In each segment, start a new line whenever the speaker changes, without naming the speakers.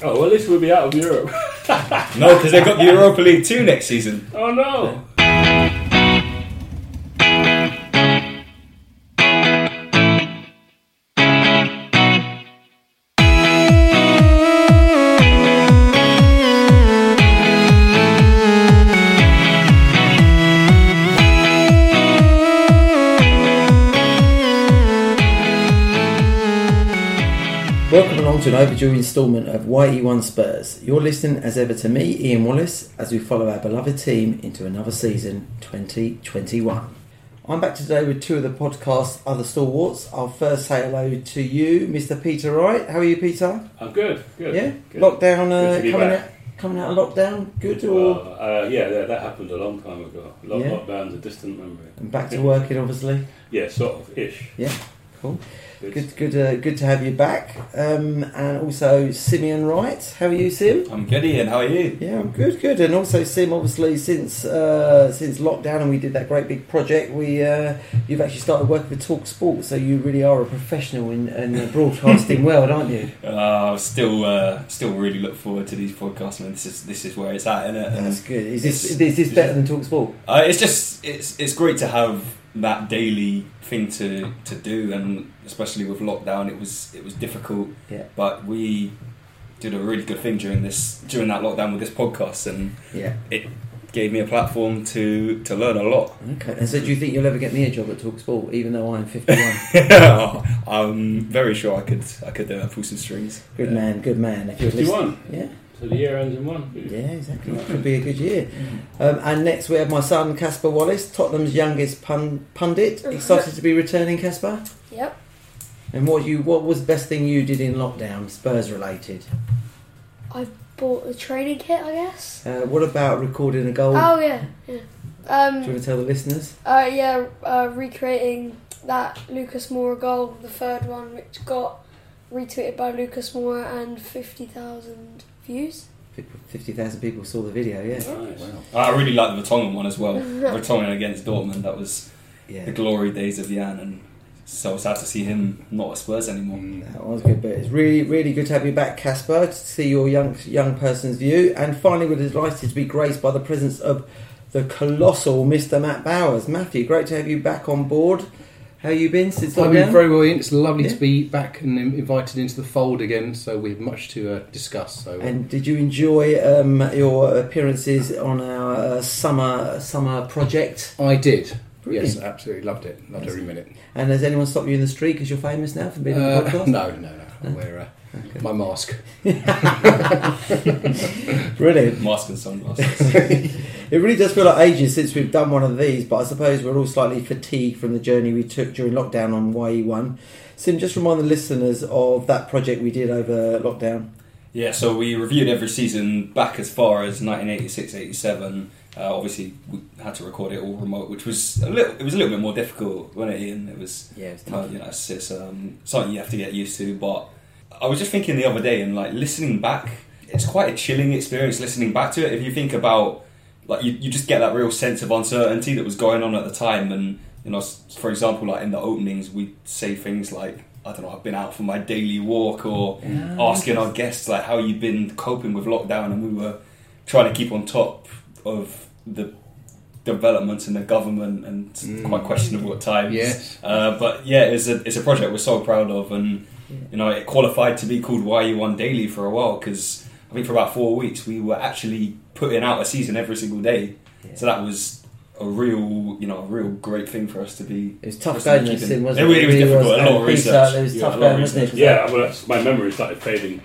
Oh, well, at least we'll be out of Europe.
No, because they've got the Europa League 2 next season.
oh, no.
Welcome along to an overdue instalment of YE1 Spurs. You're listening as ever to me, Ian Wallace, as we follow our beloved team into another season 2021. I'm back today with two of the podcast's other stalwarts. I'll first say hello to you, Mr. Peter Wright. How are you, Peter?
I'm Oh, good. Good.
Yeah?
Good.
Lockdown,
Good
uh,
to be
coming,
back.
out, coming out of lockdown, good or?
Well, uh, yeah, that, that happened a long time ago. Lock,
Yeah.
Lockdown's a distant memory.
And back to working, obviously.
Yeah, sort of ish.
Yeah, cool.
It's-
Good, good, uh, good to have you back. Um, and also Simeon Wright. How are you, Sim?
I'm good, Ian. How are you?
Yeah, I'm good, good. And also, Sim, obviously, since uh, since lockdown and we did that great big project, we uh, you've actually started working with Talk Sport, so you really are a professional in, in the broadcasting world, aren't you?
Uh, still, uh, still really look forward to these podcasts, and this is this is where it's at, innit? And,
That's good. Is this
It's-
is this better than Talk Sport?
Uh, it's just it's it's great to have that daily thing to, to do, and especially with lockdown, it was it was difficult.
Yeah.
But we did a really good thing during this during that lockdown with this podcast, and
Yeah.
gave me a platform to to learn a lot.
Okay. And so, do you think you'll ever get me a job at Talk Sport, even though I'm 51?
I'm Um, very sure I could I could uh, pull some strings.
good
Yeah.
man, good man. If you're listening,
51.
yeah,
So the year ends in one.
yeah, exactly. That could be a good year. Um, and next, we have my son Casper Wallace, Tottenham's youngest pun- pundit. Excited to be returning, Casper.
Yep.
And what you what was the best thing you did in lockdown, Spurs related?
Bought a training kit, I guess.
Uh, what about recording a goal?
Oh yeah,
Do
yeah.
you
Um,
want to tell the listeners?
uh, yeah, uh, recreating that Lucas Moura goal, the third one, which got retweeted by Lucas Moura and fifty thousand views.
Fifty thousand people saw the video. Yeah,
Nice.
Uh, I really like the Vertonghen one as well. Vertonghen against Dortmund, that was the
yeah,
glory days of Jan, and so sad to see him not at Spurs anymore.
that was good. But it's really really good to have you back, Casper, to see your young young person's view. And finally, we're delighted to be graced by the presence of the colossal Mr. Matt Bowers. Matthew, great to have you back on board. How you been since
I've been
lockdown?
very well, Ian. It's lovely
Yeah.
to be back and um, invited into the fold again. So we have much to uh, discuss. So
and did you enjoy um, your appearances on our uh, summer summer project?
I did.
Brilliant.
Yes, absolutely loved it. Loved every minute.
And has anyone stopped you in the street because you're famous now for being on the
Uh,
podcast?
no, no, no. I wear uh, my mask.
Brilliant.
Mask and sunglasses.
It really does feel like ages since we've done one of these, but I suppose we're all slightly fatigued from the journey we took during lockdown on YE1. Sim, just remind the listeners of that project we did over lockdown.
yeah, so we reviewed every season back as far as 1986-87. Uh, obviously, we had to record it all remote, which was a little. It was a little bit more difficult, wasn't it, Ian? It was
Yeah, it was
Uh, you know, it's, it's um, something you have to get used to. But I was just thinking the other day, and like listening back, it's quite a chilling experience listening back to it. If you think about, like, you, you just get that real sense of uncertainty that was going on at the time. And you know, s- for example, like in the openings, we say things like, "I don't know, I've been out for my daily walk," or Oh, asking our guests like, "How you been coping with lockdown?" And we were trying to keep on top of the developments in the government and
Mm.
quite questionable at times.
Yes.
Uh, but yeah, it's a it's a project we're so proud of, and you know it qualified to be called YU One Daily for a while because I think for about four weeks we were actually putting out a season every single day. So that was a real you know a real great thing for us to be.
It was tough
Just
going,
keeping-
though, Sim, wasn't
It was-
it?
it was
Really
difficult, a lot of
And Peter,
research.
It was
Yeah, a
tough
lot
going,
of
wasn't it? 'Cause
Yeah, well, that's, my memory started fading.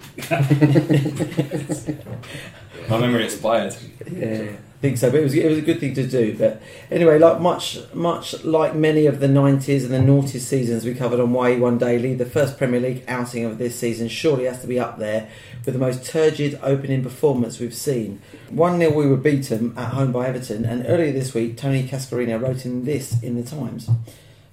My memory expired.
Yeah, I think so. But it was it was a good thing to do. But anyway, like much much like many of the nineties and the noughties seasons we covered on YE One Daily, the first Premier League outing of this season surely has to be up there with the most turgid opening performance we've seen. One 0 we were beaten at home by Everton, and earlier this week Tony Casperino wrote in this in the Times.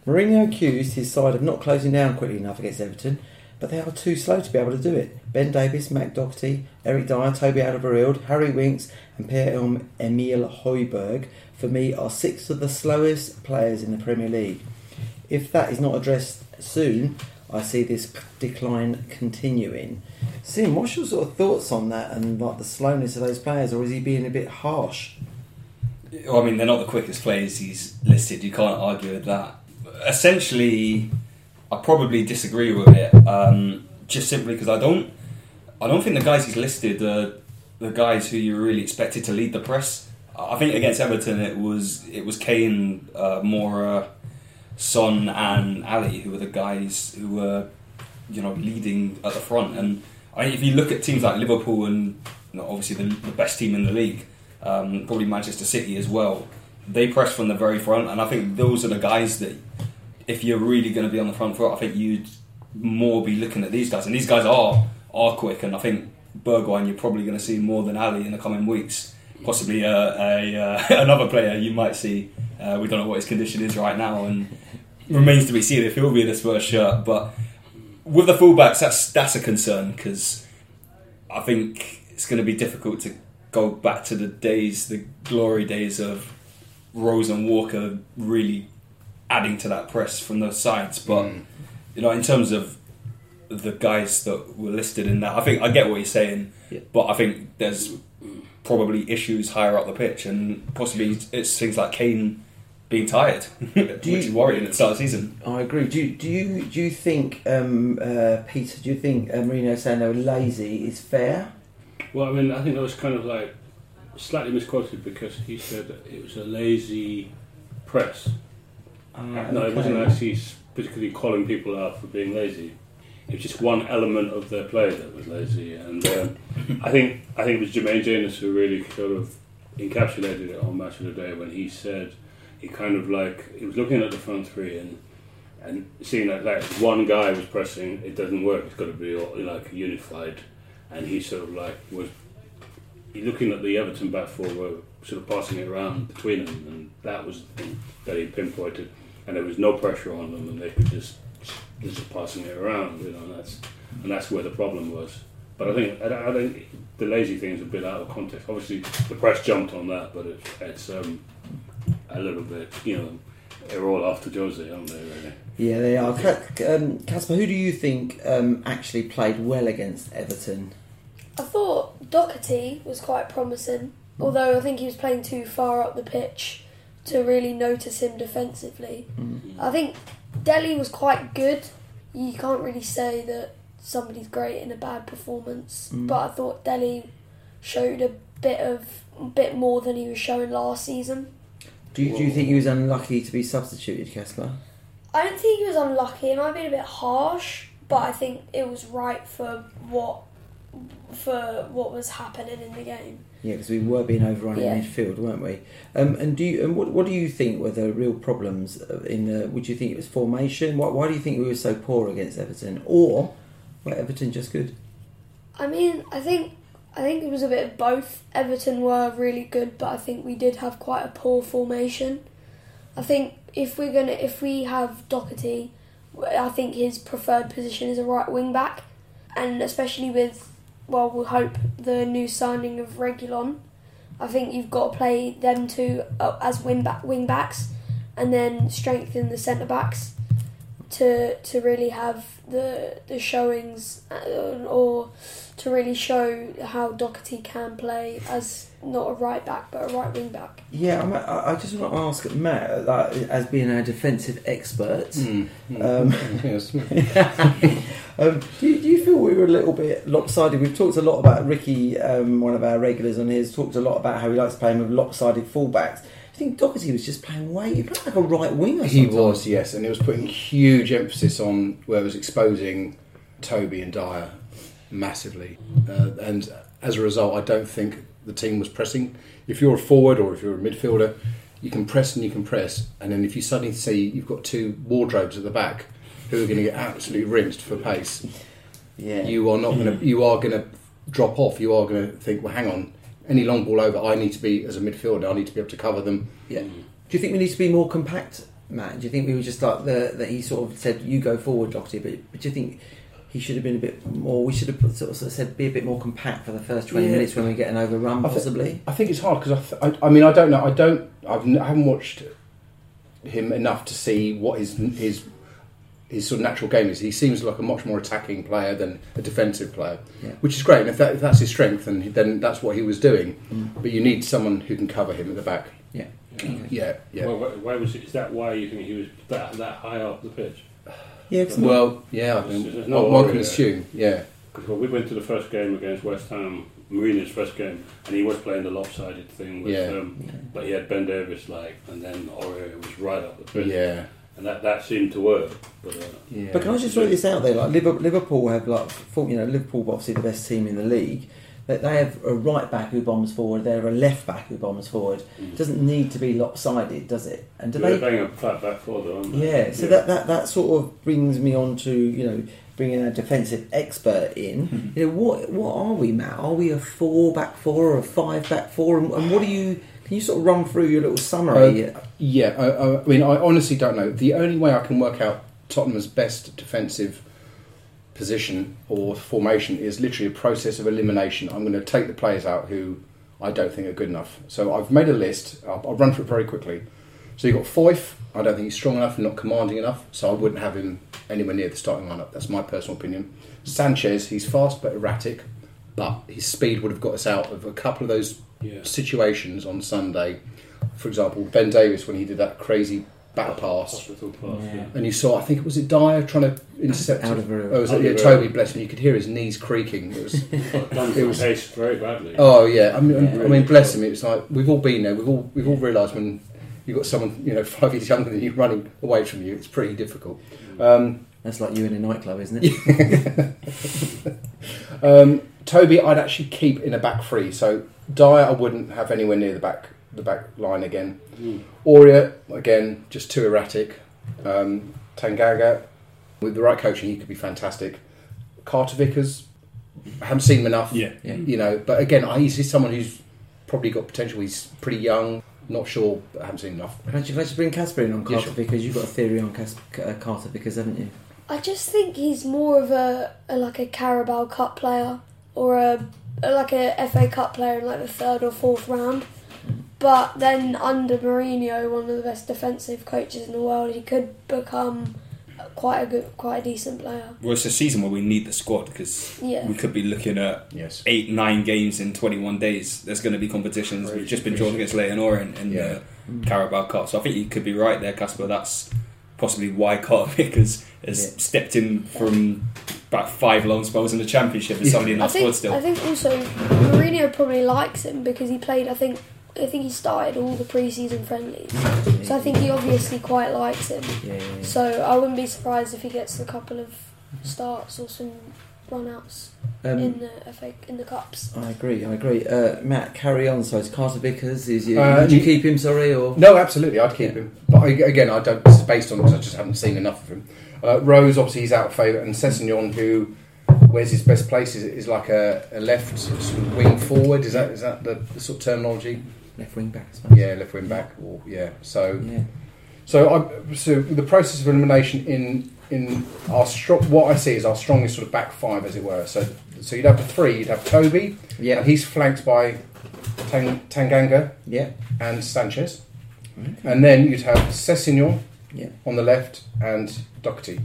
Mourinho accused his side of not closing down quickly enough against Everton, but they are too slow to be able to do it. Ben Davis, Mac Doherty, Eric Dyer, Toby Alderweireld, Harry Winks, and Pierre-Emile Hoiberg, for me, are six of the slowest players in the Premier League. If that is not addressed soon, I see this p- decline continuing. Sim, what's your sort of thoughts on that and like the slowness of those players, or is he being a bit harsh?
Well, I mean, they're not the quickest players he's listed. You can't argue with that. Essentially, I probably disagree with it. Um, just simply because I don't, I don't think the guys he's listed are the guys who you really expected to lead the press. I think against Everton, it was it was Kane, uh, Mora, Son, and Ali who were the guys who were, you know, leading at the front. And I mean, if you look at teams like Liverpool and you know, obviously the, the best team in the league um, probably Manchester City as well. They press from the very front, and I think those are the guys that, if you're really going to be on the front foot, I think you'd more be looking at these guys. And these guys are are quick, and I think Bergwijn you're probably going to see more than Ali in the coming weeks. Possibly a, a uh, another player you might see. Uh, we don't know what his condition is right now, and remains to be seen if he'll be in a Spurs shirt. But with the fullbacks, that's that's a concern because I think it's going to be difficult to go back to the days, the glory days of Rose and Walker really adding to that press from those sides. But
Mm.
you know, in terms of the guys that were listed in that, I think I get what you're saying,
Yeah.
but I think there's probably issues higher up the pitch, and possibly it's things like Kane being tired, which
you-
is worrying at the start of the season.
I agree. Do you, do you do you think um, uh, Peter? Do you think uh, Mourinho saying they were lazy is fair?
Well, I mean, I think that was kind of like slightly misquoted because he said that it was a lazy press.
Mm.
no, it wasn't actually s- particularly calling people out for being lazy. It was just one element of their play that was lazy, and um, I think I think it was Jermaine Janus who really sort of encapsulated it on Match of the Day when he said he kind of like he was looking at the front three and and seeing that like one guy was pressing, it doesn't work. It's got to be all, like unified, and he sort of like was he looking at the Everton back four were sort of passing it around between them, and that was the thing that he pinpointed. And there was no pressure on them, and they could just just passing it around, you know. And that's and that's where the problem was. But I think I, don't- I think the lazy thing is a bit out of context. Obviously, the press jumped on that, but it, it's um, a little bit, you know. They're all after Jose, aren't they? Really?
Yeah, they are. Ca- um, Casper, who do you think um, actually played well against Everton?
I thought Doherty was quite promising, although I think he was playing too far up the pitch to really notice him defensively. I think Delhi was quite good. You can't really say that somebody's great in a bad performance, but I thought Delhi showed a bit of bit more than he was showing last season.
Do you, do you think he was unlucky to be substituted, Casper?
I don't think he was unlucky. It might have been a bit harsh, but I think it was right for what for what was happening in the game.
Yeah, because we were being overrun
Yeah.
in midfield, weren't we? Um, and do you, and what, what do you think were the real problems uh, in the? Would you think it was formation? Why, why do you think we were so poor against Everton, or were Everton just good?
I mean, I think I think it was a bit of both. Everton were really good, but I think we did have quite a poor formation. I think if we're gonna if we have Doherty, I think his preferred position is a right wing back, and especially with well, we hope the new signing of Regulon. I think you've got to play them two uh, as wing back wing backs, and then strengthen the centre backs to to really have the the showings uh, or to really show how Doherty can play as not a right back but a right wing back.
Yeah, I'm, I, I just want to ask Matt, like, as being our defensive expert.
Mm,
Um,
yes.
um, do, you, do you feel we were a little bit lopsided? We've talked a lot about Ricky, um, one of our regulars on here, has talked a lot about how he likes playing with lopsided fullbacks. Do you think Doherty was just playing way? He played like a right winger.
He
sometimes.
was, yes, and it was putting huge emphasis on where it was exposing Toby and Dyer massively. Uh, and as a result, I don't think the team was pressing. If you're a forward or if you're a midfielder, you can press and you can press. And then if you suddenly see you've got two wardrobes at the back who are going to get absolutely rinsed for pace,
Yeah.
you are not going to, you are going to drop off. You are going to think, well, hang on, any long ball over, I need to be, as a midfielder, I need to be able to cover them.
Yeah. Do you think we need to be more compact, Matt? Do you think we were just like the that he sort of said, "You go forward, Doherty," but, but do you think he should have been a bit more? We should have put, sort of sort of said, "Be a bit more compact for the first twenty
Yeah.
minutes when we get an overrun,
I thi-
possibly."
I think it's hard because I, th- I, I mean, I don't know. I don't. I've, n- I haven't watched him enough to see what his his his sort of natural game is. He seems like a much more attacking player than a defensive player,
Yeah.
which is great. And if, that, if that's his strength, then, then that's what he was doing.
Mm.
But you need someone who can cover him at the back.
Yeah.
Yeah, yeah.
Why, why, why was it, is that why you think he was that that high up the pitch?
Yeah, 'cause-
Well, yeah, I mean,
There's no
one one
worry
can
there.
assume. Yeah,
Because when we went to the first game against West Ham, Mourinho's first game, and he was playing the lopsided thing with
Yeah.
um, but he had Ben Davis like, and then Aurier was right up the pitch,
yeah,
and that, that seemed to work. But, uh,
yeah.
But can I just throw this out there? Like Liver- Liverpool have like, four- you know, Liverpool obviously the best team in the league. That they have a right back who bombs forward. They have a left back who bombs forward. Doesn't need to be lopsided, does it? And do
they're
Mm. they?
playing a flat back four, though, aren't they?
Yeah. So That, that that sort of brings me on to you know bringing a defensive expert in. You know what what are we, Matt? Are we a four back four or a five back four? And, and what do you? Can you sort of run through your little summary?
Yeah, I- I, I mean, I honestly don't know. The only way I can work out Tottenham's best defensive position or formation is literally a process of elimination. I'm going to take the players out who I don't think are good enough. So I've made a list. I'll, I'll run through it very quickly. So you've got Foyth. I don't think he's strong enough and not commanding enough, so I wouldn't have him anywhere near the starting lineup. That's my personal opinion. Sanchez, he's fast but erratic, but his speed would have got us out of a couple of those
Yeah.
situations on Sunday. For example, Ben Davis when he did that crazy back pass,
Hospital pass.
Yeah.
Yeah.
and you saw I think it was it Dyer trying to intercept.
Out
it?
of a
Oh, was it, yeah,
Alderweireld.
Toby, bless him. You could hear his knees creaking. It was,
Done it
It was-
was paced very badly.
oh yeah, I mean, I
Yeah.
mean, bless him. It was like we've all been there. We've all we've all realised when you've got someone you know five years younger than you running away from you, it's pretty difficult. Um,
That's like you in a nightclub, isn't it?
um, Toby, I'd actually keep in a back three. So Dyer, I wouldn't have anywhere near the back the back line again.
Mm.
Aurea, again, just too erratic. Um, Tangaga, with the right coaching, he could be fantastic. Carter Vickers, I haven't seen him enough.
Yeah.
Yeah.
You know, but again, I- he's, he's someone who's probably got potential. He's pretty young, not sure, but I haven't seen enough.
Can I just, can I just bring Casper in on
Yeah,
Carter
sure.
because you've got a theory on Cas- uh, Carter because haven't you?
I just think he's more of a, a like a Carabao Cup player or a, a like a FA Cup player in like the third or fourth round. But then under Mourinho, one of the best defensive coaches in the world, he could become quite a good, quite a decent player.
Well, it's a season where we need the squad because
Yeah.
we could be looking at
Yes.
eight, nine games in 21 days. There's going to be competitions. We've just been drawn against Leonora in, in
Yeah.
the Carabao Cup. So I think you could be right there, Casper. That's possibly why Carter Vickers has
Yeah.
stepped in from about five long spells in the Championship and somebody in
I
our squad
think
still.
I think also Mourinho probably likes him because he played. I think I think he started all the preseason friendlies, so I think he obviously quite likes him.
Yeah, yeah, yeah.
So I wouldn't be surprised if he gets a couple of starts or some run-outs in
Um,
the FA in the cups.
I agree. I agree. Uh, Matt, carry on. So it's Carter Vickers. Is you?
Uh,
would you
you-
keep him? Sorry, or
No, absolutely, I'd keep him. But I, again, I don't. This is based on because I just haven't seen enough of him. Uh, Rose, obviously, he's out of favour, and Cessignon, who where's his best place is, is like a, a left sort of wing forward. Is that is that the, the sort of terminology?
left wing back? I suppose.
Yeah, left wing back. Or yeah, so
Yeah.
so I so the process of elimination in in our stro- what I see is our strongest sort of back five, as it were. So so you'd have the three. You'd have Toby,
Yeah.
and he's flanked by Tang- Tanganga
Yeah.
and Sanchez, and then you'd have Cessignon
Yeah.
on the left and Doherty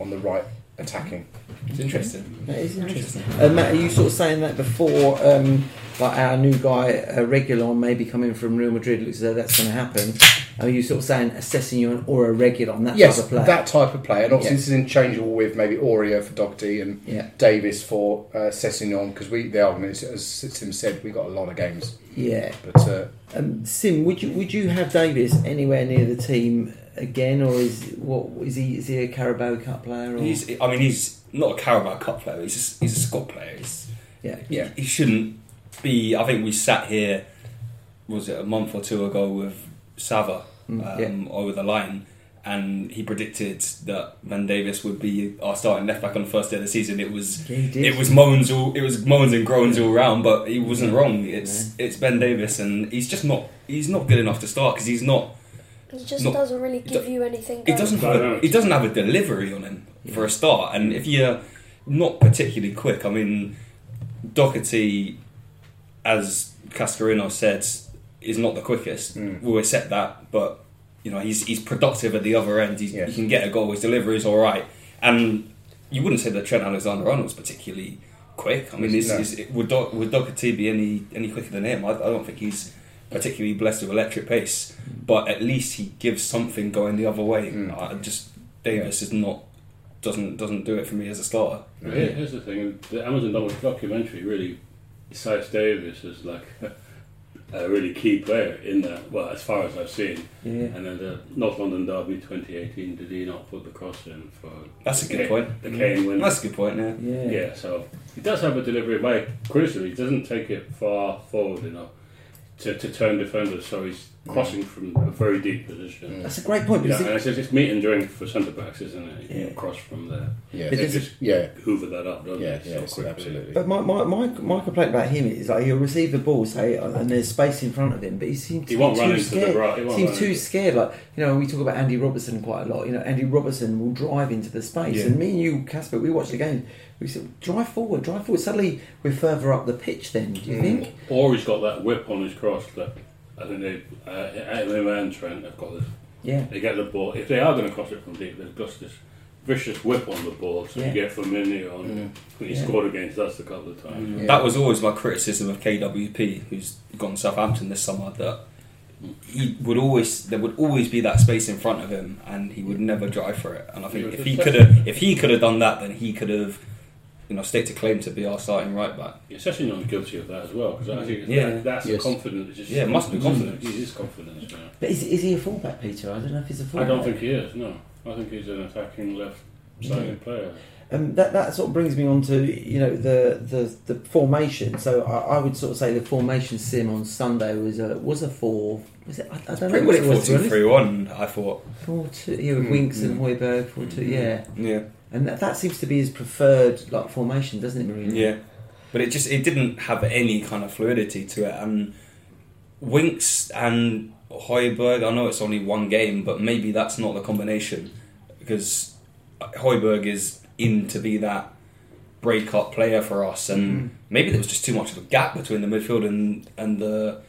on the right attacking.
It's interesting.
That is interesting. Uh, Matt, are you sort of saying that before? Um, like our new guy, uh, Regulon, maybe coming from Real Madrid. Looks as though that's going to happen. Are you sort of saying assessing you an or a Regulon? That
yes,
type of player.
that type of player. And obviously,
Yeah.
this is interchangeable with maybe Aurea for Doherty and
Yeah.
Davis for uh, Cessignon because we the argument is, as Sim said, we got a lot of games,
Yeah.
but. Uh,
Um, Sim, would you would you have Davis anywhere near the team again, or is what is he is he a Carabao Cup player? Or?
He's, I mean, he's not a Carabao Cup player. He's a, he's a squad player. He's,
Yeah.
Yeah.
He shouldn't be. I think we sat here, was it a month or two ago with Sava
Mm,
um, over the line, and he predicted that Van Davis would be our starting left back on the first day of the season. It was
Yeah, he did.
it was moans all it was moans and groans all round, but he wasn't wrong. It's it's Ben Davis, and he's just not he's not good enough to start because he's not
He just
No,
doesn't really
it
give
do-
you anything.
it
going.
doesn't have a, it doesn't have a delivery on him for a start, and if you're not particularly quick, I mean, Doherty, as Cascarino said, is not the quickest.
Mm.
We'll accept that, but you know he's he's productive at the other end. He's,
Yeah.
He can get a goal. His delivery is all right, and you wouldn't say that Trent Alexander-Arnold's particularly quick. I mean, is,
No.
is, would Do- would Doherty be any any quicker than him? I, I don't think he's particularly blessed with electric pace, but at least he gives something going the other way.
Mm.
I just Davis is not doesn't doesn't do it for me as a starter.
Here- Here's the thing: the Amazon doc- documentary really cites Davis as like a really key player in that. Well, as far as I've seen,
Yeah.
and then the North London Derby 2018, did he not put the cross in for
That's a good
Kane-
point.
Mm.
The Kane win.
That's a good point. Yeah.
Yeah.
yeah, so he does have a delivery. My criticism: he doesn't take it far forward enough to, to turn defenders, so he's crossing from a very deep position.
That's a great point.
You know,
Because
and
Mm. it,
it's, it's meat and drink for centre backs, isn't it? You
Yeah.
cross from there.
Yeah,
But
They
this-
just
yeah,
hoover that up, don't
yeah,
they?
yeah,
so quickly.
absolutely.
but my, my, my, my complaint about him is like he'll receive the ball, say, and there's space in front of him, but he seems
He
to
won't
be
run
too
into the
scared.
right- he won't
seems
run
too
into-
scared. Like you know, we talk about Andy Robertson quite a lot. You know, Andy Robertson will drive into the space,
Yeah.
and me and you, Casper, we watched the game. We said, "Drive forward, drive forward." Suddenly, we're further up the pitch. Then, do
Mm.
you think?
Or he's got that whip on his cross that I think they, uh, him and Trent have got this.
Yeah.
They get the ball. If they are going to cross it from deep, they've got this vicious whip on the ball. So
Yeah. Mm.
you get Firmino on. When he
Yeah.
scored against us a couple of times.
Yeah.
That was always my criticism of KWP, who's gone to Southampton this summer. That he would always there would always be that space in front of him, and he would never drive for it. And I
Yeah,
think if
it's
he
just-
could have if he could have done that, then he could have you know staked a claim to be our starting right back.
Yeah. Sessignon guilty of that as well because I think
Yeah.
that, that's
Yes.
a confidence. It's just
Yeah, it must be confidence.
He is confidence. Yeah.
But is, is he a fullback, Peter? I don't know if he's a
I
fullback.
don't think he is. No, I think he's an attacking left-sided player.
Um, that that sort of brings me on to you know the the, the formation. So I, I would sort of say the formation sim on Sunday was a was a four. Was it? I, I don't know
Pretty
what
much
it was. to be honest.
14-3-1, I thought.
Four two. Yeah, with
Mm,
Winks and
mm.
Hoiberg. Four two.
Mm-hmm.
Yeah,
Yeah,
and that, that seems to be his preferred like formation, doesn't it, Mourinho?
yeah, but it just it didn't have any kind of fluidity to it. And Winks and Hoiberg, I know it's only one game, but maybe that's not the combination because Hoiberg is in to be that breakup player for us, and maybe there was just too much of a gap between the midfield and and the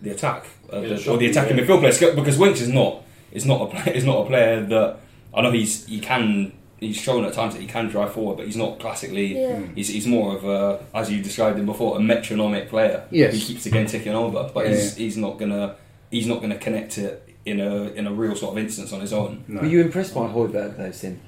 the attack
Yeah,
uh,
the
the- or the
shot,
attacking
yeah.
midfield players because Winks is not is not a player is not a player that I know he's he can he's shown at times that he can drive forward, but he's not classically.
Yeah.
He's, he's more of a, as you described him before, a metronomic player.
Yes.
He keeps the game ticking over, but
Yeah,
he's, he's not gonna he's not gonna connect it in a in a real sort of instance on his own.
No.
Were you impressed by Hoiberg though, Sim?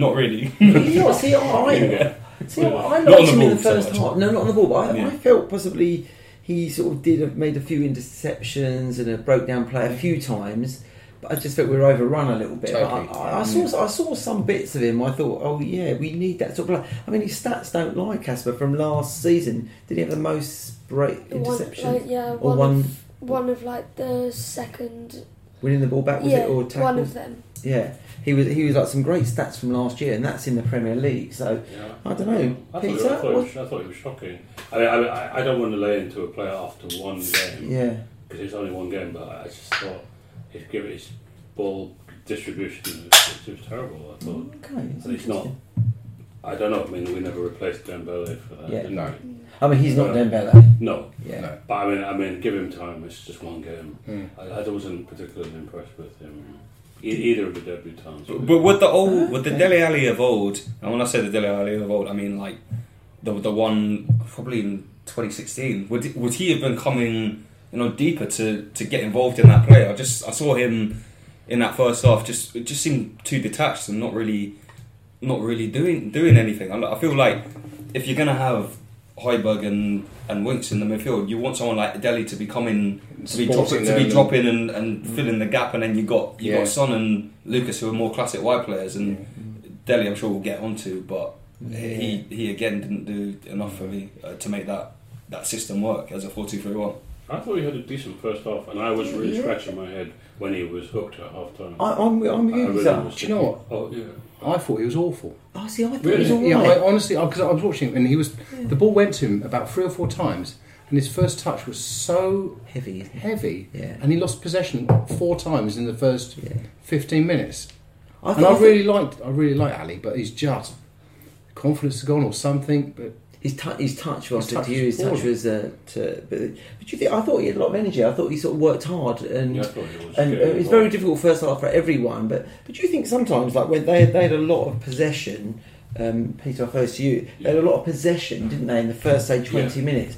not really.
yeah, see, I,
Yeah.
see, I, I
Not
liked
on the
him in
ball
the first
so much.
half. No, not on the ball, but I,
Yeah.
I felt possibly he sort of did made a few interceptions and a broke down play a
Mm-hmm.
few times. But I just felt we were overrun a little bit.
Totally.
I, I, I
Mm.
saw I saw some bits of him. I thought, oh yeah, we need that sort of. Play. I mean, his stats don't lie, Casper. From last season, did he have the most break
The one-
interception
like, yeah,
or
one,
one
Of, one of like the second.
winning the ball back? Was
yeah,
it or
one
tackles?
of them.
Yeah, he was he was like some great stats from last year, and that's in the Premier League. So
Yeah.
I don't know.
I thought, it,
Peter,
I, thought it
what-
was, I thought it was shocking. I, mean, I, mean, I, I don't want to lay into a player after one game
yeah.
because it's only one game, but I just thought his, give his ball distribution was, it was terrible. I thought.
Okay,
So he's not. I don't know. I mean, we never replaced Dembele for that.
Yeah.
did
No.
we?
I mean, he's not
Yeah.
Dembele.
No.
Yeah.
No.
But I mean, I mean, give him time. It's just one game.
Hmm.
Mm.
I, I wasn't particularly impressed with him. E- either of the debutants.
But with the old, with the
Okay.
Deli Alley of old, and when I say the Deli Alley of old, I mean like the the one probably in 2016. Would would he have been coming, you know, deeper to to get involved in that play? I just I saw him in that first half. Just it just seemed too detached and not really, not really doing doing anything. I, I feel like if you're gonna have Hoiberg and and Winks in the midfield, you want someone like Deli to be coming to be
Supporting
dropping to
them
be
and-
dropping and, and filling the gap, and then you got you
Yeah.
got Son and Lucas who are more classic wide players, and Delhi I'm sure we'll get onto, but he he again didn't do enough for me uh, to make that that system work as a four two three one.
I thought he had a decent first half, and I was really
Yeah. Oh.
scratching my head when he was hooked at half time.
I, I'm, I'm with
I
you.
really
Peter.
was
Do you know
thinking,
what?
Oh yeah.
I thought he was awful.
Oh, see, I thought
Really?
he was all
Yeah,
right.
I, honestly, because I was watching him and he was. The ball went to him about three or four times, and his first touch was so
Heavy, isn't he?
heavy,
Yeah.
and he lost possession four times in the first
Yeah.
fifteen minutes.
I
and
thought,
I really liked, I really like Ali, but he's just confidence has gone or something. But
His, tu- his touch was
His
good
touch
to you. His
was
touch
poor.
was uh, to, but, but you think I thought he had a lot of energy. I thought he sort of worked hard and
Yeah, I thought it was
and uh,
good.
it's very difficult first half for everyone. But but do you think sometimes like when they they had a lot of possession, um, Peter, I first to you, they had a lot of possession, didn't they, in the first say twenty minutes?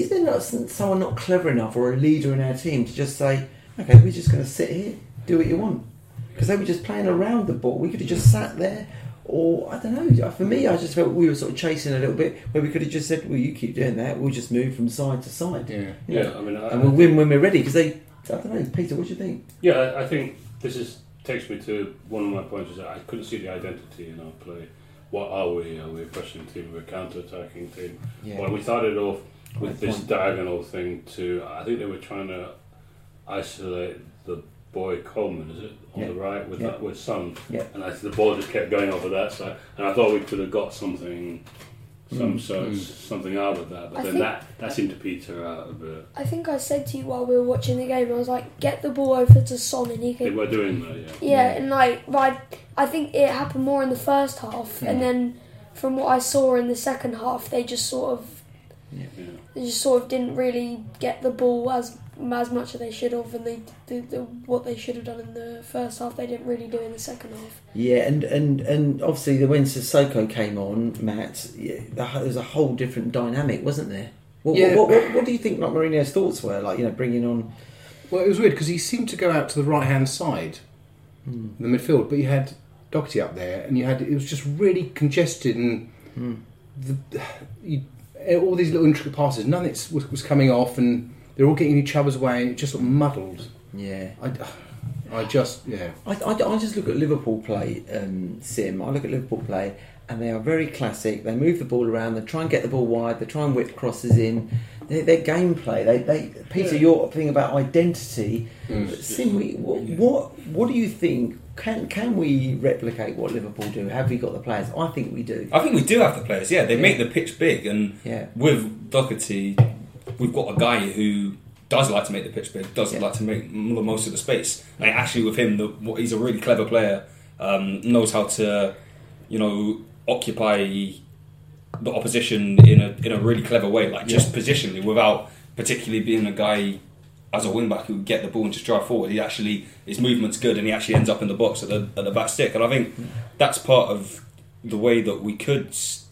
Is there not some- someone not clever enough or a leader in our team to just say, okay, we're just going to sit here, do what you want, because they were just playing around the ball. We could have just sat there. Or I don't know. For me, I just felt we were sort of chasing a little bit, where we could have just said, "Well, you keep doing that. We'll just move from side to side."
Yeah.
You know,
Yeah, I mean, I,
and we'll win when we're ready because they. I don't know, Peter. What do you think?
yeah, I, I think this is takes me to one of my points is that I couldn't see the identity in our play. What are we? Are we a pressing team? Are we a counter-attacking team? Well, we started off with
Right
this
point.
diagonal thing to. I think they were trying to isolate the boy Coleman, is it on
Yeah.
the right with
Yeah.
that with Sun?
Yeah.
And I, the ball just kept going over that side, and I thought we could have got something, some
Mm.
sort, something out of that. But
I
then
think-
that that seemed to peter out a bit.
I think I said to you while we were watching the game, I was like, get the ball over to Son and he
They
can.
were doing that, yeah.
Yeah, and like, but I, I think it happened more in the first half, and then from what I saw in the second half, they just sort of,
yeah.
they just sort of didn't really get the ball as as much as they should have, and they the, the, what they should have done in the first half, they didn't really do in the second half.
Yeah, and and and obviously the when Sissoko came on, Matt, yeah, the ho- there was a whole different dynamic, wasn't there? What,
Yeah.
what, what, what, what do you think? Like Mourinho's thoughts were like, you know, bringing on.
Well, it was weird because he seemed to go out to the right hand side, the midfield, but you had Doherty up there, and you had it was just really congested, and the, you, all these little intricate passes, none of it was, was coming off, and they're all getting in each other's way, and it just sort of muddled.
Yeah,
I, I just yeah.
I, I, I just look at Liverpool play, um, Sim. I look at Liverpool play, and they are very classic. They move the ball around. They try and get the ball wide. They try and whip crosses in. Their, their gameplay. They, they Peter, your thing about identity.
Hmm.
But Sim, we, what, what what do you think? Can can we replicate what Liverpool do? Have we got the players? I think we do.
Uh,
I think we do have the players. Yeah, they
Yeah.
make the pitch big, and
Yeah.
with Doherty, we've got a guy who does like to make the pitch big, does
Yeah.
like to make m- the most of the space. Like actually, with him, the, what- he's a really clever player. Um, knows how to, you know, occupy the opposition in a in a really clever way, like just positionally, without particularly being a guy as a wingback who would get the ball and just drive forward. He actually his movement's good, and he actually ends up in the box at the at the back stick. And I think that's part of the way that we could s-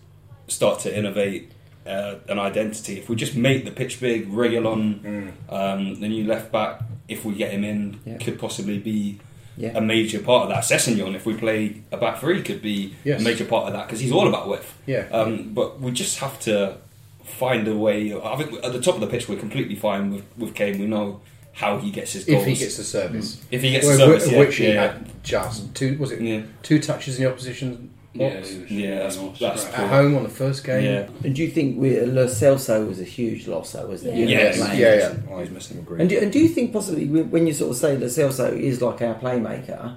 start to innovate uh, an identity. If we just make the pitch big, Regulon,
Mm.
um, the new left back, if we get him in,
Yeah.
could possibly be
Yeah.
um,
a major part of that. Sessignon, if we play a back three, could be
Yes.
a major part of that because he's all about width.
Yeah.
Um, but we just have to find a way. I think at the top of the pitch, we're completely fine with, with Kane. We know how he gets his goals.
If he gets the service,
If he Hmm. gets
Well,
the service,
of
yeah,
which he
yeah.
had just two was it
Yeah.
two touches in the opposition box
it was-
Yeah, that's-
it was
that's
crap.
at home on the first game.
yeah,
And do you think we, uh, Lo Celso was a huge loss? That was
Yeah.
Yes.
yeah, yeah. I
he's missing.
And do, and do you think possibly when when you sort of say Lo Celso is like our playmaker,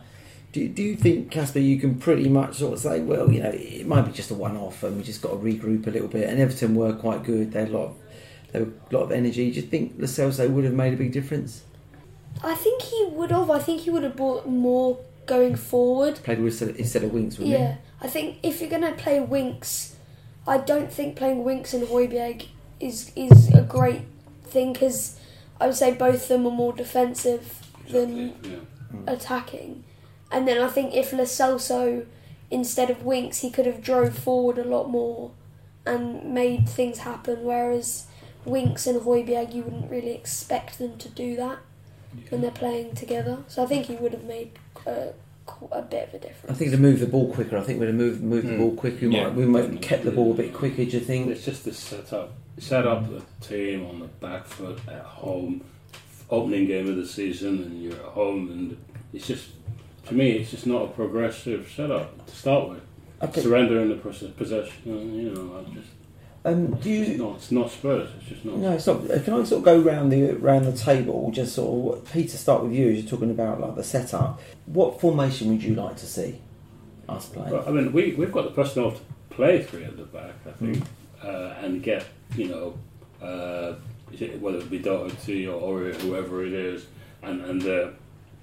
do, do you think Casper you can pretty much sort of say, well, you know, it might be just a one-off and we just got to regroup a little bit. And Everton were quite good; they had a lot, of, they had a lot of energy. Do you think Lo Celso would have made a big difference?
I think he would have. I think he would have brought more going forward.
Played with instead of Winks, wouldn't
Yeah, I think if you're gonna play Winks, I don't think playing Winks and Hoiberg is is a great thing because I would say both of them are more defensive than
Exactly, yeah.
attacking. And then I think if Lo Celso, instead of Winks, he could have drove forward a lot more and made things happen. Whereas Winks and Hoiberg, you wouldn't really expect them to do that when they're playing together. So I think he would have made a, a bit of a
I
difference.
think to move the ball quicker. I think we'd have moved, moved the
Hmm.
ball quicker. We
Yeah.
might we might have kept the ball a bit quicker. Do you think?
It's just the setup. Set up the team on the back foot at home, opening game of the season, and you're at home, and it's just to me, it's just not a progressive setup to start with.
Okay.
Surrendering the process, possession, you know, I just,
Um, do
it's
you?
not, it's not Spurs. It's just not.
No, it's not. Can I sort of go round the round the table? Just sort of, what- Peter, start with you. as You're talking about like the setup. What formation would you like to see us play?
Well, I mean, we we've got the personnel to play three at the back, I think,
Mm.
uh, and get you know uh, is it- whether it be Doherty or Ori, whoever it is, and and uh,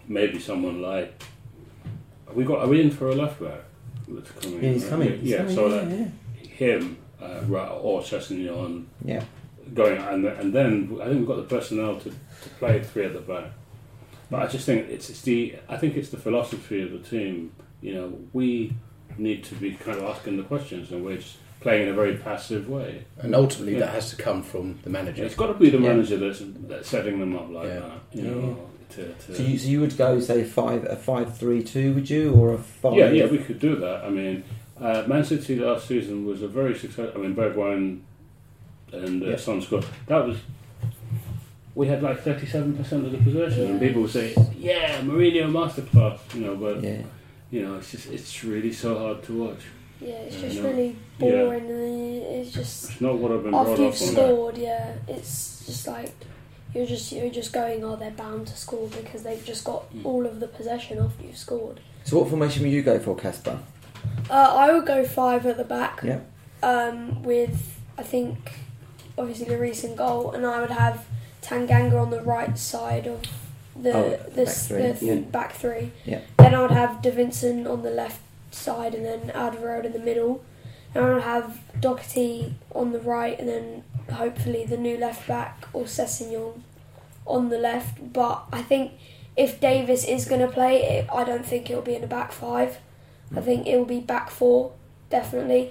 maybe someone like we got. Are we in for a left back? That's coming.
Yeah, he's
right?
coming. He's
Yeah,
coming,
so uh,
yeah,
that
yeah.
him uh, Ra- or Chesney on
Yeah.
going, and and then I think we've got the personnel to, to play three at the back. But I just think it's, it's the I think it's the philosophy of the team. You know, we need to be kind of asking the questions, and we're just playing in a very passive way.
And ultimately,
Yeah.
that has to come from the manager.
It's got to be the
Yeah.
manager that's, that's setting them up like
Yeah.
that. You know, to, to
So you, so you would go say five a five three two would you or a five?
Yeah, yeah, we could do that. I mean, uh, Man City last season was a very successful. I mean, Bergwijn and uh,
Yeah.
Son scored. That was. We had like thirty-seven percent of the possession, and people would say, "Yeah, Mourinho masterclass," you know. But
yeah.
you know, it's just it's really so hard to watch.
Yeah, it's
Yeah,
just
no.
really
Yeah.
boring. And it's just
It's not what I've been brought
after
up
you've
on.
scored, yeah, it's just like you're just you're just going, oh, they're bound to score because they've just got
Mm.
all of the possession after you've scored.
So what formation would you go for, Casper?
Uh, I would go five at the back.
Yeah.
Um, with I think obviously the recent goal, and I would have Tanganga on the right side of the
Oh,
the,
back
s-
three,
the th-
yeah.
back three.
Yeah.
Then I would have De Vincent on the left side, and then Alderweireld in the middle. And I would have Doherty on the right, and then hopefully the new left back or Sessignon on the left. But I think if Davis is going to play, it, I don't think it'll be in a back five. I think it will be back four, definitely.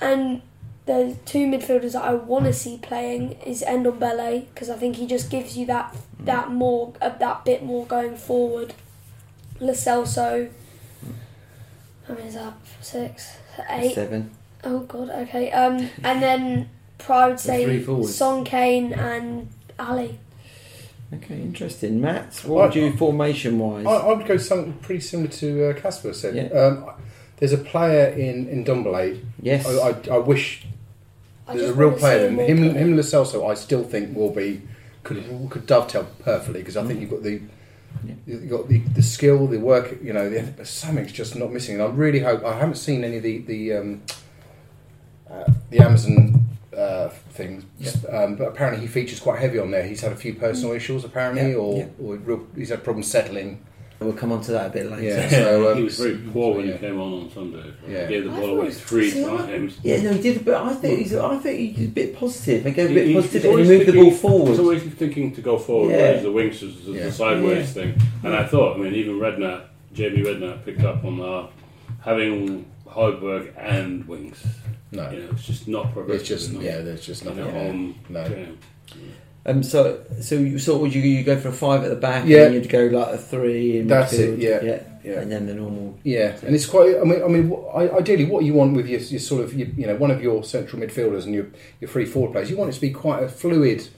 And the two midfielders that I want to see playing is Endon Bellet because I think he just gives you that that more uh, that bit more going forward. Lacelso. I mean, is that six, eight?
Seven.
Oh god, okay. Um, and then I would
three
say
forwards.
Son Kane and Ali.
Okay, interesting. Matt, what would you formation wise?
I, I would go something pretty similar to uh, Casper said.
Yeah.
Um, there's a player in in Dumbelay.
yes.
I, I, I wish
I
there's a
just
real
wanna
player.
see
Him,
more
him,
play.
him, Lo Celso, I still think will be could could dovetail perfectly because I think you've got the
Mm. Yeah.
you've got the, the skill, the work. You know, the, something's just not missing. And I really hope I haven't seen any of the the um, uh, the Amazon. Uh, things, um, but apparently he features quite heavy on there. He's had a few personal issues, apparently,
Mm. Yeah,
or,
yeah.
or real, he's had problems settling.
we'll come on to that a bit later.
Yeah, so um,
he was very poor when
yeah.
he came on on Sunday.
Yeah.
He gave the
I
ball
thought
away
he was
three
decent.
times.
Yeah, no, he did, but I think he's, I think he's a bit positive. He gave a bit
He- he's
positive and he
always
moved the ball
thinking- He's
forward.
always thinking to go forward,
Yeah.
whereas the wings is the,
Yeah.
the sideways thing. And I thought, I mean, even Redknapp, JB Redknapp picked up on that, having Hoiberg and wings.
No,
You know, it's just not progressive.
it's just
enough.
yeah. There's just
You
nothing.
know,
there.
on
No.
game.
Um, so, so you so would you you go for a five at the back?
Yeah.
and you'd go like a three. In
That's
midfield,
it, yeah.
yeah,
Yeah.
and then the normal.
Yeah, and it's quite. I mean, I mean, wh- I- ideally, what you want with your, your sort of, your, you know, one of your central midfielders and your your free forward players, you want it to be quite a fluid,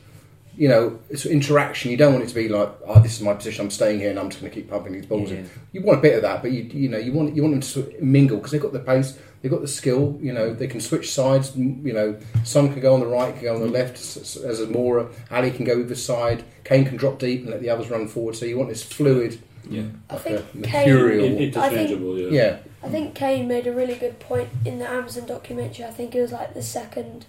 you know, it's interaction. You don't want it to be like, oh, this is my position, I'm staying here, and I'm just going to keep pumping these balls.
Yeah.
in. You want a bit of that, but you you know, you want you want them to sort of mingle because they've got the pace, they've got the skill. You know, they can switch sides. m- You know, Son can go on the right, can go on the left. s- s- As a Mora, Ali can go either side. Kane can drop deep and let the others run forward. So you want this fluid,
Yeah.
I
like
think
a
In-
mercurial.
Kane.
interchangeable, yeah.
yeah.
I think Kane made a really good point in the Amazon documentary. I think it was like the second,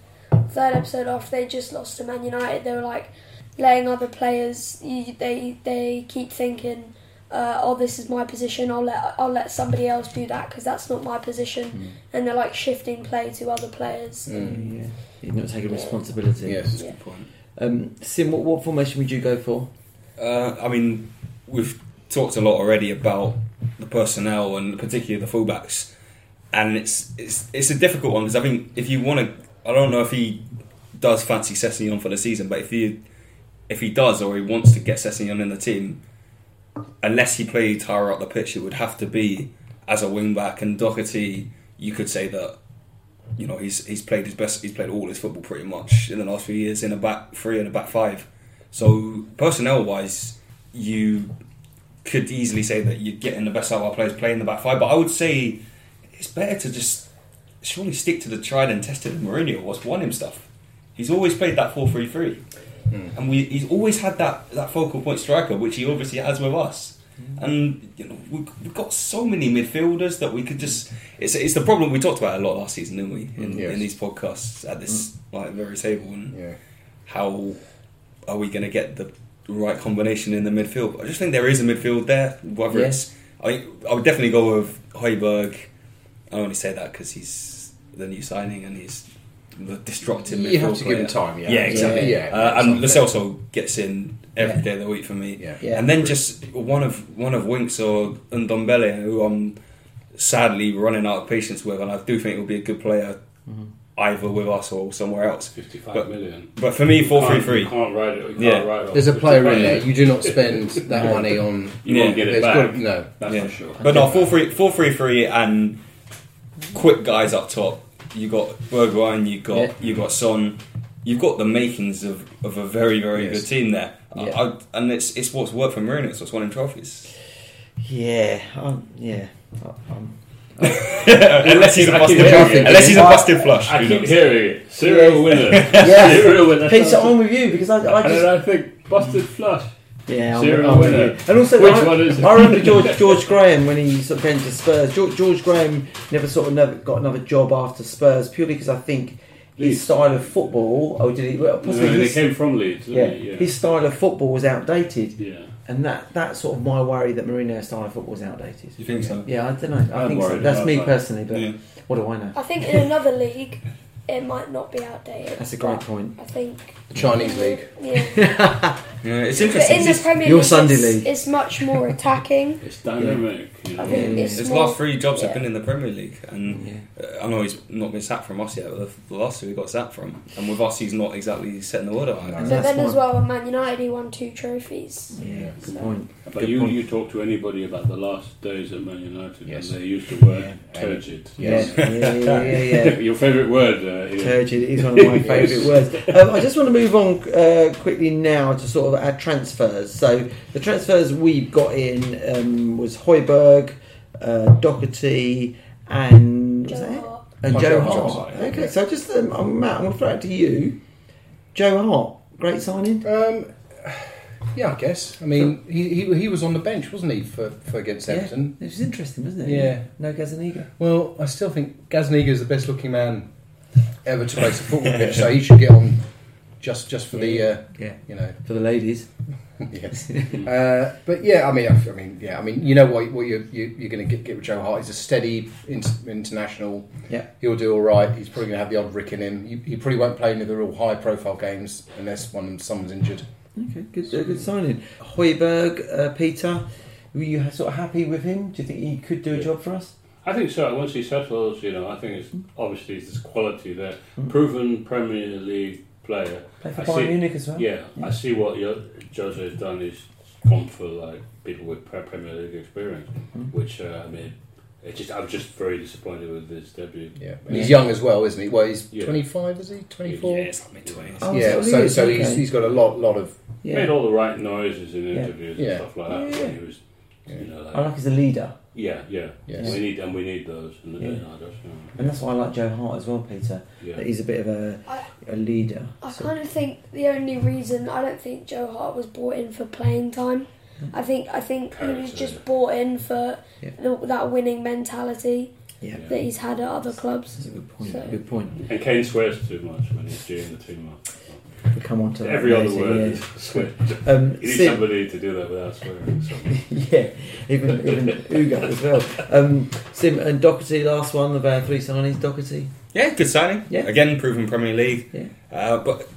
third episode after they just lost to Man United. They were like letting other players. You, they they keep thinking, uh, "Oh, this is my position. I'll let I'll let somebody else do that because that's not my position." And they're like shifting play to other players.
Mm.
Yeah, you're not taking responsibility.
Yes.
Yeah.
Um, Sim, what, what formation would you go for?
Uh, I mean, we've talked a lot already about the personnel and particularly the fullbacks, and it's it's it's a difficult one because I think if you want to, I don't know if he does fancy Sessignon for the season, but if he if he does or he wants to get Sessignon in the team, unless he played higher up the pitch, it would have to be as a wing back. And Doherty, you could say that. You know he's he's played his best. He's played all his football pretty much in the last few years in a back three and a back five. So personnel wise, you could easily say that you're getting the best out of our players playing the back five. But I would say it's better to just surely stick to the tried and tested Mourinho what's won him stuff. He's always played that four three three,
Hmm.
and we, he's always had that, that focal point striker, which he obviously has with us.
Hmm.
And you know we, we've got so many midfielders that we could just it's, it's the problem we talked about a lot last season, didn't we? In,
Mm, yes. Hmm.
in these podcasts at this like very table and
Yeah.
how are we going to get the right combination in the midfield? I just think there is a midfield there. Whether
Yeah.
it's, I, I would definitely go with Hoiberg. I only say that because he's the new signing and he's the destructive midfield
You have to give
player.
him time, yeah.
Yeah, exactly.
Yeah, yeah.
Uh, and
Exactly.
Lacelso gets in every
Yeah.
day of the week for me.
Yeah.
Yeah.
And then just one of one of Winks or Ndombele, who I'm sadly running out of patience with, and I do think he'll be a good player
Mm-hmm.
either with us or somewhere else.
Fifty-five
But-
million.
But for me, four three
Can't-
three.
You can't ride it. You
Yeah.
can't ride it.
There's a
It's
player in
player.
there. You do not spend that money on.
You won't get it
There's
back.
got- no.
That's
Yeah.
for sure.
But no, four three four three three and quick guys up top. You got Bergwijn, you got
Yeah.
you got Son. You've got the makings of, of a very very
Yes.
good team there, I-
Yeah.
I- and it's it's what's worked for Mourinho. It's what's won him trophies.
Yeah, um, yeah. I- I'm-
unless he's a
I keep
busted,
hearing it.
unless he's a busted flush.
I
who
keep
knows?
hearing it. Serial
Yeah.
winner.
Yeah.
Serial winner.
Peter,
oh
I'm with you because I, I
and then
just
I think busted flush.
yeah, I'm,
Serial
I'm with
winner.
you. And also,
Which
I,
one is it?
I remember George George Graham when he sort of came to Spurs. George, George Graham never sort of never got another job after Spurs purely because I think his
Leeds.
style of football. Oh, did he? Well,
No,
possibly
they
his,
came from Leeds,
yeah,
didn't they?
his style of football was outdated,
Yeah. yeah.
and that that's sort of my worry that Mourinho's style of football is outdated.
You think so?
Yeah, I don't know. I
I'm
think so.
worried
that's
about
me
that.
personally, but
Yeah.
what do I know?
I think in another league, it might not be outdated.
That's a great point.
I think.
The Chinese league.
Yeah.
Yeah, it's
but
interesting.
in the
It's-
Premier League,
Your Sunday
it's,
league.
it's much more attacking.
It's dynamic. You know?
I think
Yeah.
it's
his
more,
last three jobs
yeah.
have been in the Premier League, and
Yeah.
uh, I know he's not been sacked from us yet. But the- the last two he got sacked from, and with us, he's not exactly setting the world on fire.
But
That's
then as
fine.
well, at Man United, he won two trophies.
Yeah, good
So-
point.
But
Good
you,
point.
you talk to anybody about the last days at Man United,
Yes.
and they use the word
Yeah.
turgid.
Yes.
Yeah, yeah, yeah, yeah. yeah.
Your favourite word, uh, Ian?
Turgid is one of my
Yes.
favourite words. Um, I just want to move on uh, quickly now to sort of our transfers. So the transfers we've got in um, was Hoiberg, uh, Doherty, and was
Joe
that it?
Hart.
and
Oh,
Joe
Joe
Hart.
Hart, yeah.
Okay, so just um, I'm- Matt, I'm going to throw it to you. Joe Hart, great signing.
Um, yeah, I guess. I mean, he, he he was on the bench, wasn't he, for, for against Everton?
Yeah, it was interesting, wasn't it?
Yeah.
No Gazaniga.
Well, I still think Gazaniga is the best looking man ever to face a football pitch, so he should get on just just for the uh,
Yeah.
you know
For the ladies.
yes. Uh, but yeah, I mean, I, I mean, yeah, I mean, you know what? What you're you, you're going to get, get with Joe Hart? He's a steady in, international.
Yeah.
he'll do all right. He's probably going to have the odd rick in him. He, he probably won't play any of the real high profile games unless one someone's injured.
Okay, good, uh, good signing. Hoiberg, uh, Peter, were you sort of happy with him? Do you think he could do a job for us?
I think so. Once he settles, you know, I think it's obviously there's quality there. Proven Premier League player.
Play for
I
Bayern
see.
Munich as well.
Yeah, I see what Yo- Jose has done. He's gone for like people with pre- Premier League experience,
Mm-hmm.
which uh, I mean, it just I'm just very disappointed with his debut.
Yeah, and he's young as well, isn't he? Well, he's
Yeah.
25, is he? 24.
Yeah,
Yeah,
it's like mid twenties.
Oh, so
so
he
so,
is, okay.
he's, he's got a lot lot of
Yeah.
Made all the right noises in
Yeah.
interviews
Yeah.
and stuff like that.
Yeah.
When he was, you know,
I
like,
like he's a leader,
yeah, yeah.
Yes.
We need and we need those. And
Yeah.
yeah. I just, you
and that's why I like Joe Hart as well, Peter.
know,
That
yeah.
he's a bit of a,
I-
a leader.
I
So-
kind of think the only reason I don't think Joe Hart was brought in for playing time. I think I think he was
Character.
just brought in for
Hmm. Yeah.
the, that winning mentality
yeah,
Yeah.
that he's had at other clubs.
that's a good point.
So-
Good point.
And Kane swears too much when he's doing the too much.
We'll come on to that
Every other
later,
word
yeah.
is swear.
Um,
You need
Sid-
somebody to do that without swearing. So.
yeah, even even Uga as well. Um, Sim and Doherty, last one of our three signings. Doherty.
Yeah, good signing.
Yeah.
Again, proven Premier League.
Yeah.
Uh, but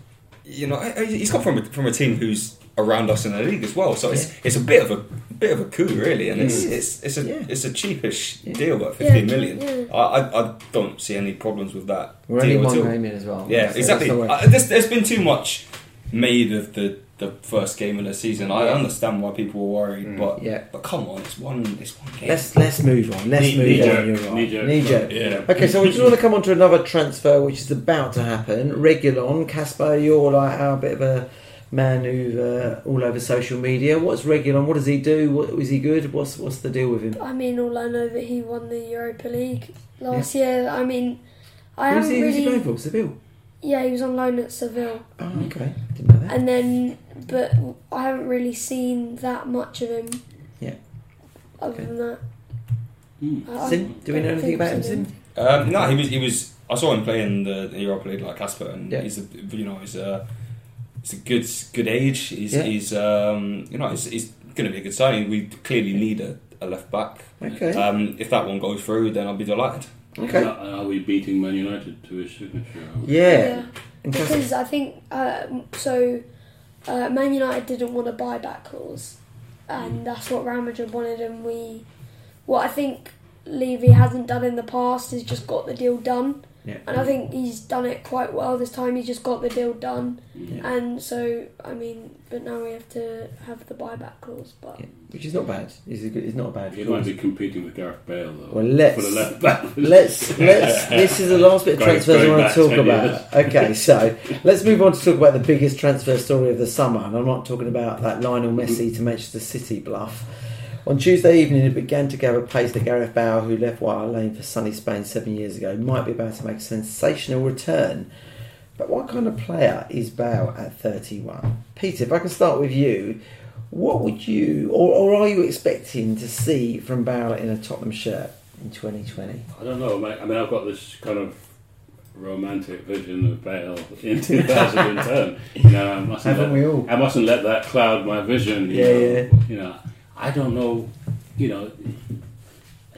you know, he- he's got from a, from a team who's around us in the league as well. So it's it's a bit of a bit of a coup, really, and it's
It
it's it's a
Mm. Yeah.
it's a cheapish
Yeah.
deal at fifteen
Yeah,
million.
yeah.
I, I I don't see any problems with that
We're only
deal at
one
all.
game in as well.
Yeah,
so
exactly.
that's not
Uh, there's, there's been too much made of the, the first game of the season. I
Yeah.
understand why people were worried,
Mm.
but
worth- yeah.
but come on, it's one it's one game.
Let's let's move on. Let's
Knee-
move
knee
on.
jerk,
You're right.
knee jerk.
Knee jerk.
yeah.
Okay, so we just want to come on to another transfer which is about to happen. Regulon, Casper, you're like our bit of a man who's uh, all over social media. What's Regulon? What does he do? What, is he good? What's what's the deal with him?
I mean, all I know that he won the Europa League last year. I mean, I
who's,
haven't
he, who's he
really. Mm.
playing for? Seville.
yeah, he was on loan at Seville,
Oh, okay. Didn't know that.
and then but I haven't really seen that much of him.
Yeah.
Other
Okay.
than that,
Mm.
I-
Sim, do we know anything about him, Sim?
Um, no, he was. He was. I saw him play in the the Europa League like Casper, and
Yeah.
he's a you know he's a he's a good good age. He's
Yeah.
he's um you know he's, he's going to be a good signing. We clearly need a, a left back.
Okay.
Um, if that one goes through, then I'll be delighted.
Okay.
And Are, are we beating Man United to his signature? Are we-
Yeah. Interesting.
Because I think uh, so. Uh, Man United didn't want a buyback clause,
Hmm.
and that's what Real Madrid wanted. And we, what I think Levy hasn't done in the past is just got the deal done.
Yeah.
And I think he's done it quite well this time. He just got the deal done,
Mm.
Yeah.
and so I mean, but now we have to have the buyback clause. But
Yeah. Which is not bad. It's, a good, it's not a bad.
He
cause.
might be competing with Gareth Bale though.
Well, let's-
for the left back.
Let's let's. This is the last bit of
Going-
transfers I
going
want
back
to talk
10
about. Okay, so let's move on to talk about the biggest transfer story of the summer, and I'm not talking about that Lionel Messi to Manchester City bluff. On Tuesday evening, it began to gather pace that Gareth Bale, who left White Hart Lane for sunny Spain seven years ago, might be about to make a sensational return. But what kind of player is Bale at 31? Peter, if I can start with you, what would you, or, or are you expecting to see from Bale in a Tottenham shirt in 2020?
I don't know, mate. I mean, I've got this kind of romantic vision of Bale in 2010. you know, I mustn't,
Haven't
let,
we all?
I mustn't let that cloud my vision. You
Yeah,
know,
yeah.
You know, I don't know. You know,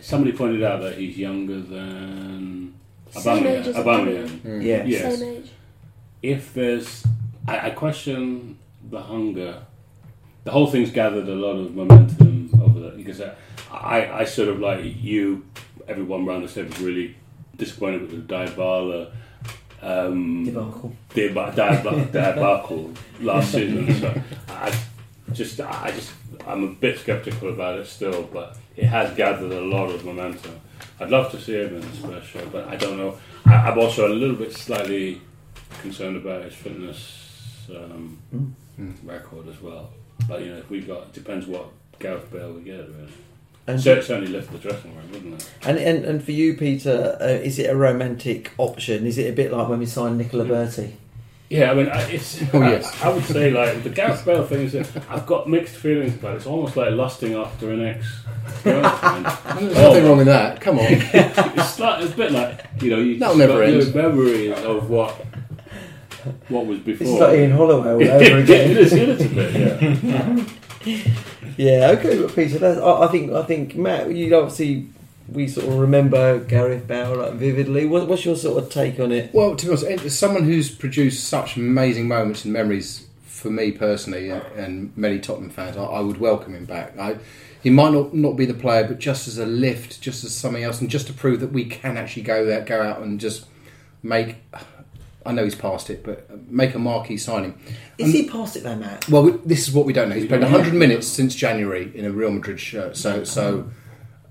somebody pointed out that he's younger than
Same
Aubameyang.
age as
Aubameyang.
Hmm.
Yeah.
Yes.
same age.
If there's, I, I question the hunger. The whole thing's gathered a lot of momentum over that because I, I, I sort of like you, everyone around the table was really disappointed with the Dybala, um,
Mm. Debacle.
deba- deba- debacle last season. So I just, I just, I'm a bit skeptical about it still, but it has gathered a lot of momentum. I'd love to see him in the Spurs show, but I don't know. I, I'm also a little bit slightly concerned about his fitness um, record as well. But you know, if we got depends what Gareth Bale we get. Really.
And,
So it certainly left the dressing room, wouldn't it?
and, and, and for you, Peter, uh, is it a romantic option? Is it a bit like when we signed Nicola Berti?
Yeah, I mean, I- it's.
Oh,
I-
yes.
I, would say like the Gareth Bale thing is that I've got mixed feelings about. it. It's almost like lusting after an ex. girlfriend.
There's
Oh.
nothing wrong with that. Come on.
it's, like, it's a bit like you know you
That'll
just
never
got
end.
your memories of what what was before.
This is like Ian Holloway all over
it
again.
is a little bit, yeah.
yeah, okay, well, Peter. That's, I, I think I think Matt. You obviously we sort of remember Gareth Bale like, vividly. What, what's your sort of take on it?
Well, to be honest, as someone who's produced such amazing moments and memories for me personally, uh, and many Tottenham fans, I, I would welcome him back. I, he might not, not be the player, but just as a lift, just as something else, and just to prove that we can actually go there, go out and just make. I know he's past it, but make a marquee signing.
Is he past it though, Matt?
Well, we, this is what we don't know. He's
We
played
don't
100
know.
minutes since January in a Real Madrid shirt, so so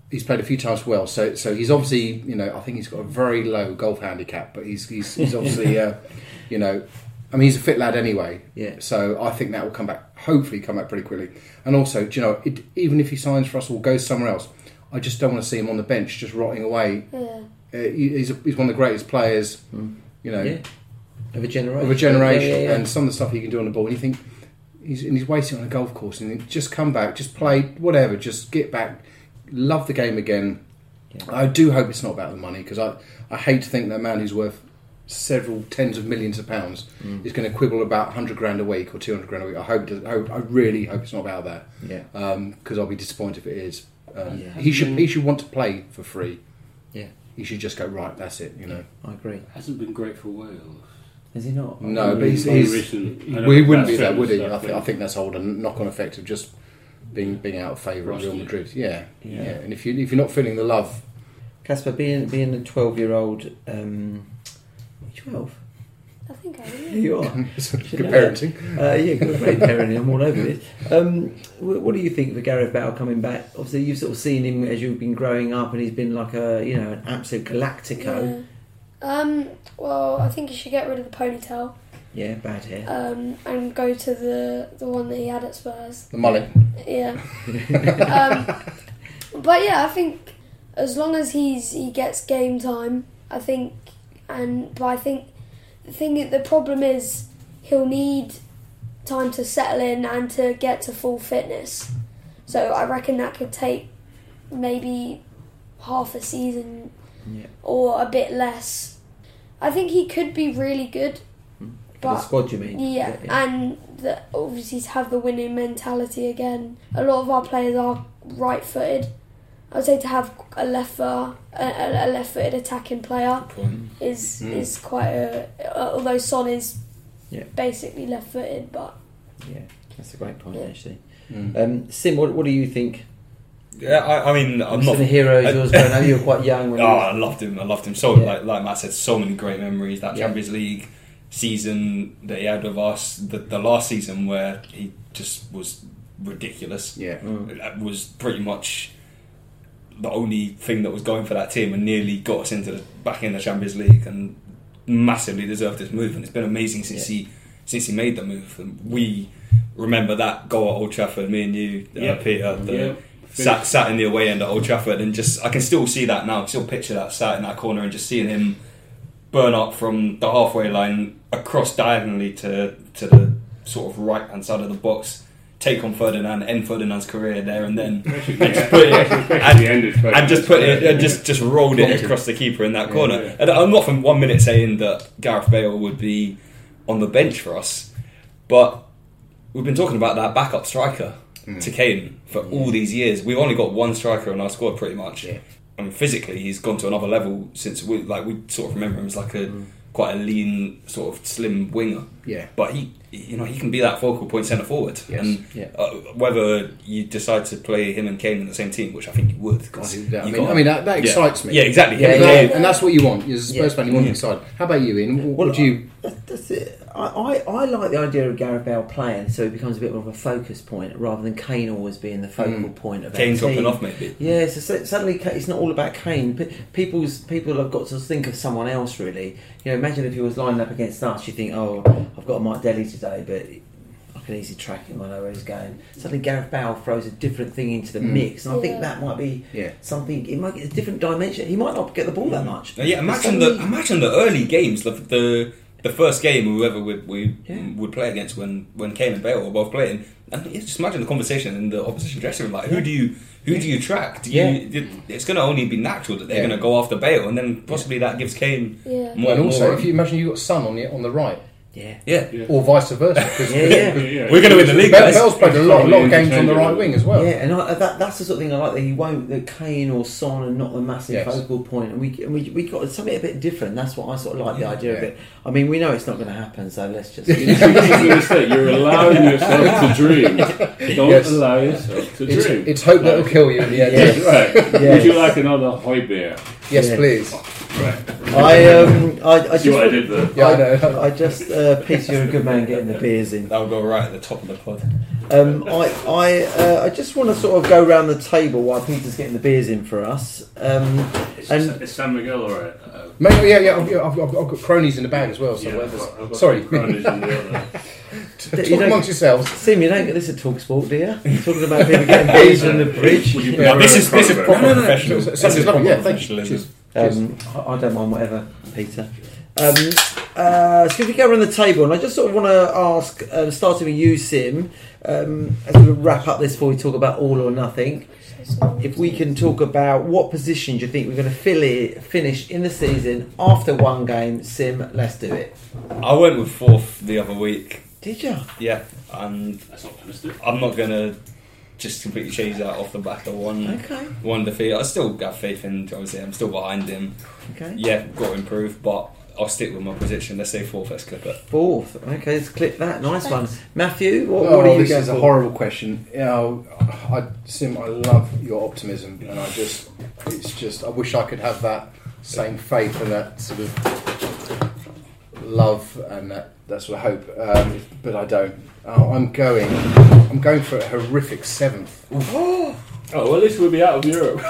he's played a few times well. So so he's obviously you know I think he's got a very low golf handicap, but he's he's, he's obviously uh, you know I mean he's a fit lad anyway.
Yeah.
So I think that will come back. Hopefully, come back pretty quickly. And also, do you know, it, even if he signs for us or goes somewhere else, I just don't want to see him on the bench just rotting away.
Yeah.
Uh, he- he's he's one of the greatest players.
Mm.
You know,
Yeah. Of a generation.
of a generation
Yeah, yeah, yeah.
and some of the stuff he can do on the ball. And you think he's and he's wasting on a golf course and you think, just come back, just play whatever, just get back, love the game again.
Yeah.
I do hope it's not about the money because I I hate to think that a man who's worth several tens of millions of pounds
Mm.
is going to quibble about 100 grand a week or 200 grand a week. I hope, it does- I hope I really hope it's not about that
yeah.
because I'll be disappointed if it is. Um,
Yeah. Mm.
He should he should want to play for free.
Yeah.
He should just go right. That's it. You know.
I agree.
Hasn't been great for Wales.
Is he not?
No, but he's,
Only
he's
recent- I don't
well, he
know,
wouldn't be
that's
there,
fitness
would he?
stuff,
I think,
yeah.
I think that's old and knock-on effect of just being being out of favour at Real
Rusty.
Madrid. Yeah.
Yeah.
yeah, And if you if you're not feeling the love,
Casper, being being a twelve year old, um, twelve.
I think I am.
You are.
it's good
Should know
parenting.
Uh, yeah, good great parenting. I'm all over this. Um, wh- what do you think of Gareth Bale coming back? Obviously, you've sort of seen him as you've been growing up, and he's been like a you know an absolute galactico.
Yeah. Um, well, I think you should get rid of the ponytail
Yeah, bad hair.
um, and go to the the one that he had at Spurs.
The mullet.
Yeah. um, but yeah, I think as long as he's he gets game time, I think, and but I think the thing the problem is he'll need time to settle in and to get to full fitness. So I reckon that could take maybe half a season
Yeah.
or a bit less. I think he could be really good,
the
but
squad, you mean?
yeah, and the, obviously to have the winning mentality again. A lot of our players are right footed, I would say to have a left foot, a, a left-footed attacking player is
Mm.
is quite a. Although Son is
Yeah.
basically left-footed, but
Yeah, that's a great point
Yeah.
actually.
Mm.
Um, Sim, what, what do you think?
Yeah, I, I mean, I'm
Some
not.
of the heroes
I-
yours, but I know you were quite young. When
Oh,
you
I loved him. I loved him so.
Yeah.
Like, like Matt said, so many great memories. That
Yeah.
Champions League season that he had with us, the, the last season where he just was ridiculous.
Yeah.
Mm.
That was pretty much the only thing that was going for that team, and nearly got us into the back in the Champions League, and massively deserved this move. And it's been amazing since he since he made the move. And we remember that goal at Old Trafford. Me and you, uh,
Yeah.
Peter. The,
yeah.
sat, sat in the away end at Old Trafford and just I can still see that now, I can still picture that sat in that corner and just seeing him burn up from the halfway line across diagonally to to the sort of right hand side of the box, take on Ferdinand, end Ferdinand's career there and then
Basically,
just
yeah.
put it-
Basically,
and-
the end is perfect.
and just put it and just just rolled it
Vomited.
across the keeper in that
Yeah,
corner.
yeah.
And I'm not for one minute saying that Gareth Bale would be on the bench for us, but we've been talking about that backup striker
Mm.
to Kane for all these years. We've only got one striker in our squad, pretty much.
Yeah.
And physically, he's gone to another level since we like we sort of remember him as like
Mm.
a quite a lean, sort of slim winger.
Yeah.
But he, you know, he can be that focal point centre forward.
Yes.
And
Yeah.
uh, whether you decide to play him and Kane in the same team, which I think you would,
I
because
mean,
you
I mean,
got-
I mean, that, that
Yeah.
excites me.
yeah, exactly.
Yeah,
And,
Him
yeah,
that-
and
and that's what you want. You're a Spurs
Yeah.
fan. You want
Yeah.
to decide. How about you, Ian? What
Well,
would you?
That- That's it. I, I, I like the idea of Gareth Bale playing, so it becomes a bit more of a focus point rather than Kane always being the focal
Mm.
point of our
Kane dropping
team.
off, maybe.
Yeah, so su- suddenly Ka- it's not all about Kane. P- People's people have got to think of someone else really. You know, imagine if he was lining up against us, you think, oh, I've got Mike Deli today, but I can easily track him. I know where he's going. Suddenly Gareth Bale throws a different thing into the
Mm.
mix, and I think
Yeah.
that might be
Yeah. Mm.
something. It might get a different dimension. He might not get the ball that much.
Uh, yeah, imagine the
Suddenly-
imagine the early games, the the, the first game whoever we, we
Yeah.
would play against when when Kane and Bale were both playing, and yeah, just imagine the conversation in the opposition dressing room. Like, who do you who do you track? Do you,
Yeah.
it- it's going to only be natural that they're
Yeah.
going to go after Bale, and then possibly that gives Kane
yeah.
more.
and also,
more-
if you imagine you've got Sun on the on the right,
Yeah.
yeah,
Yeah.
or vice versa, because
Yeah, yeah.
Yeah, yeah.
we're going to win the league, guys.
Bell's played a lot, a lot of games on the right wing as well.
Yeah, and I, uh, that, that's the sort of thing I like that he won't the Kane or Son and not the massive
Yes.
focal point, and we and we we got something a bit different. That's what I sort of like the idea of
Yeah.
it. I mean, we know it's not going to happen, so let's just
You see, this is the mistake. You're allowing yourself to dream. Don't
Yes.
allow yourself to
It's,
dream.
it's hope that'll kill you in the end.
Yes.
Right.
Yes.
Would you like another hoi beer?
Yes,
Yeah.
please.
I um I, I just
See what I did there?
Yeah, I know.
I just uh, Peter, you're a good man getting the beers in.
That would go right at the top of the pod.
Um, I I uh, I just want to sort of go round the table while Peter's getting the beers in for us. Um,
It's,
And-
it's San Miguel, all right. Uh,
Maybe, yeah, yeah. I've, I've, I've got I've got cronies in the bag as well. So
yeah,
whatever.
I've got- I've got
Sorry,
some cronies in the other.
talk
You don't-
amongst yourselves.
Sim, you don't get this at Talksport, do you? You're talking about people getting beers on the bridge.
Would you
Yeah,
prefer
this
a
is this is
crossover?
proper
No, no, no.
professional.
So-
This
something's
is proper
lovely. Yeah, thank you.
professionalism.
Cheers.
Um, I, I don't mind whatever, Peter. Um, uh, so if we go around the table, and I just sort of want to ask, uh, starting with you, Sim, um, as we wrap up this before we talk about all or nothing, if we can talk about what position do you think we're going to fill it, finish in the season after one game, Sim, let's do it.
I went with fourth the other week.
Did you?
Yeah, and
That's optimistic.
I'm not gonna just completely change that off the back of one
Okay.
one defeat. I still have faith in obviously I'm still behind him.
Okay.
Yeah, got to improve, but I'll stick with my position. Let's say fourth. Let's clip it.
Fourth. Okay, let's clip that. Nice one. Matthew, what,
Oh,
what are you
this
going
is
for?
a horrible question. You know, I, Sim, I love your optimism, and I just, it's just, I wish I could have that same faith and that sort of love and that, that sort of hope, um, but I don't. Uh, I'm going, I'm going for a horrific seventh.
Oh, well, at least we'll be out of Europe.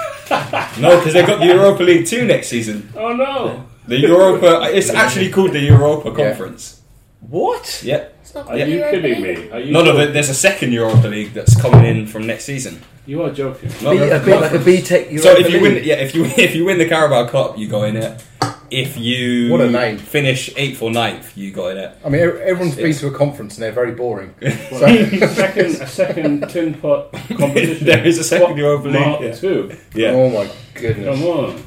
No, because they've got the Europa League two next season.
Oh, no.
The Europa. It's actually called the Europa
Yeah.
Conference.
what?
Yep.
It's not
Are
gonna be
you
Europa
kidding
League.
me? Are you
None of it. There's a second Europa League that's coming in from next season.
You are joking.
Oh, Not
Be- a
Europa
bit like a
Conference.
B Tech.
So if you win, yeah, if you if you win the Carabao Cup, you go in it. If you
What a name.
finish eighth or ninth, you go in it.
I mean, e- everyone's been
Yes.
to a conference and they're very boring.
Well, a second, a second tin pot competition.
There is a second Europa League,
Mark
yeah.
two.
Yeah.
Oh my
Come
goodness!
on.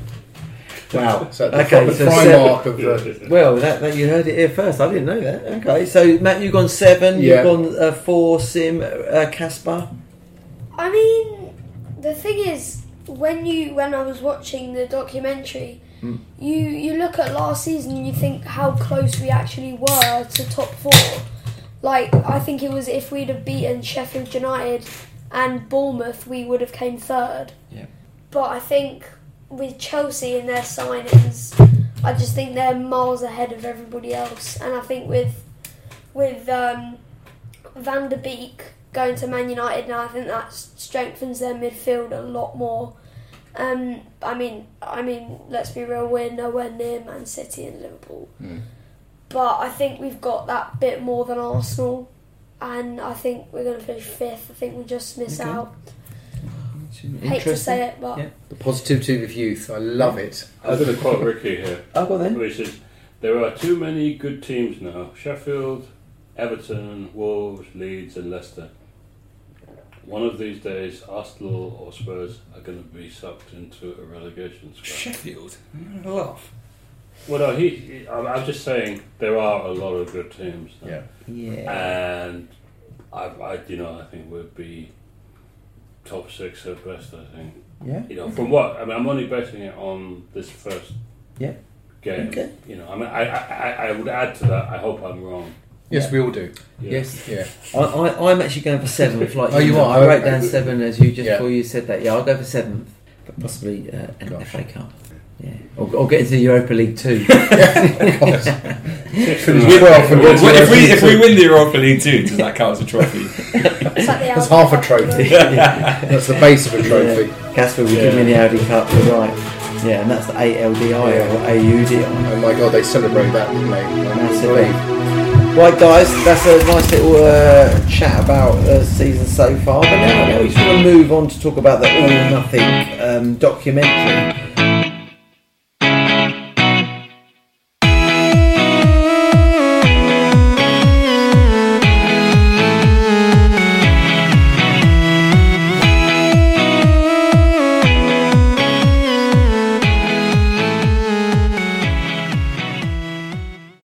Wow.
So the,
Okay,
the
so
prime
seven-
mark of the.
Well, that, that you heard it here first. I didn't know that. Okay, so Matt, you've gone seven. You've
Yeah.
gone uh, four. Sim, uh, Casper.
I mean, the thing is, when you when I was watching the documentary, you you look at last season and you think how close we actually were to top four. Like I think it was if we'd have beaten Sheffield United and Bournemouth, we would have came third.
Yeah.
But I think with Chelsea and their signings, I just think they're miles ahead of everybody else. And I think with with um, Van der Beek going to Man United now, I think that s- strengthens their midfield a lot more. Um, I mean, I mean, let's be real, we're nowhere near Man City and Liverpool,
Mm.
but I think we've got that bit more than Arsenal, and I think we're going to finish fifth. I think we just miss
Okay.
out. Hate to say it, but
Yeah.
The positivity of youth. I love it.
I'm going to quote Ricky here,
Oh, go on then.
where he says, There are too many good teams now Sheffield, Everton, Wolves, Leeds, and Leicester. One of these days, Arsenal or Spurs are going to be sucked into a relegation scrap.
Sheffield. Mm, Laugh.
Well, no, he, he- I'm I'm just saying there are a lot of good teams now.
Yeah.
Yeah.
Uh,
And I, I, you know, I think we'd be top six at best. I think.
Yeah.
You know, from what I mean, I'm only betting it on this first.
Yeah.
Game.
Okay.
You know, I mean, I, I, I- I would add to that. I hope I'm wrong.
Yes,
Yeah.
we all do.
Yeah.
Yes.
Yeah.
I, I, I'm actually going for seventh. Like
Oh, you
know,
are?
I wrote
Okay.
down seven as you just
Yeah.
before you said that. Yeah, I'll go for seventh, but possibly uh, an
Gosh.
FA Cup. Yeah, or, or get into the Europa League too.
Well, for
Well,
Well,
if, we,
European
if we
too.
win the Europa League too, does that count as a trophy?
it's like the
That's
Aldi
half a
Cup,
trophy.
you know?
That's the base of a trophy.
Casper, we give
Yeah.
me the Audi Cup. You're right. Yeah, and that's the ALDI
Yeah.
or AUDI.
Oh my god, they celebrate that, didn't they? I can't
Massively.
believe.
Right, guys, that's a nice little uh, chat about uh, season so far. But now, now we just want to move on to talk about the All or Nothing um, documentary.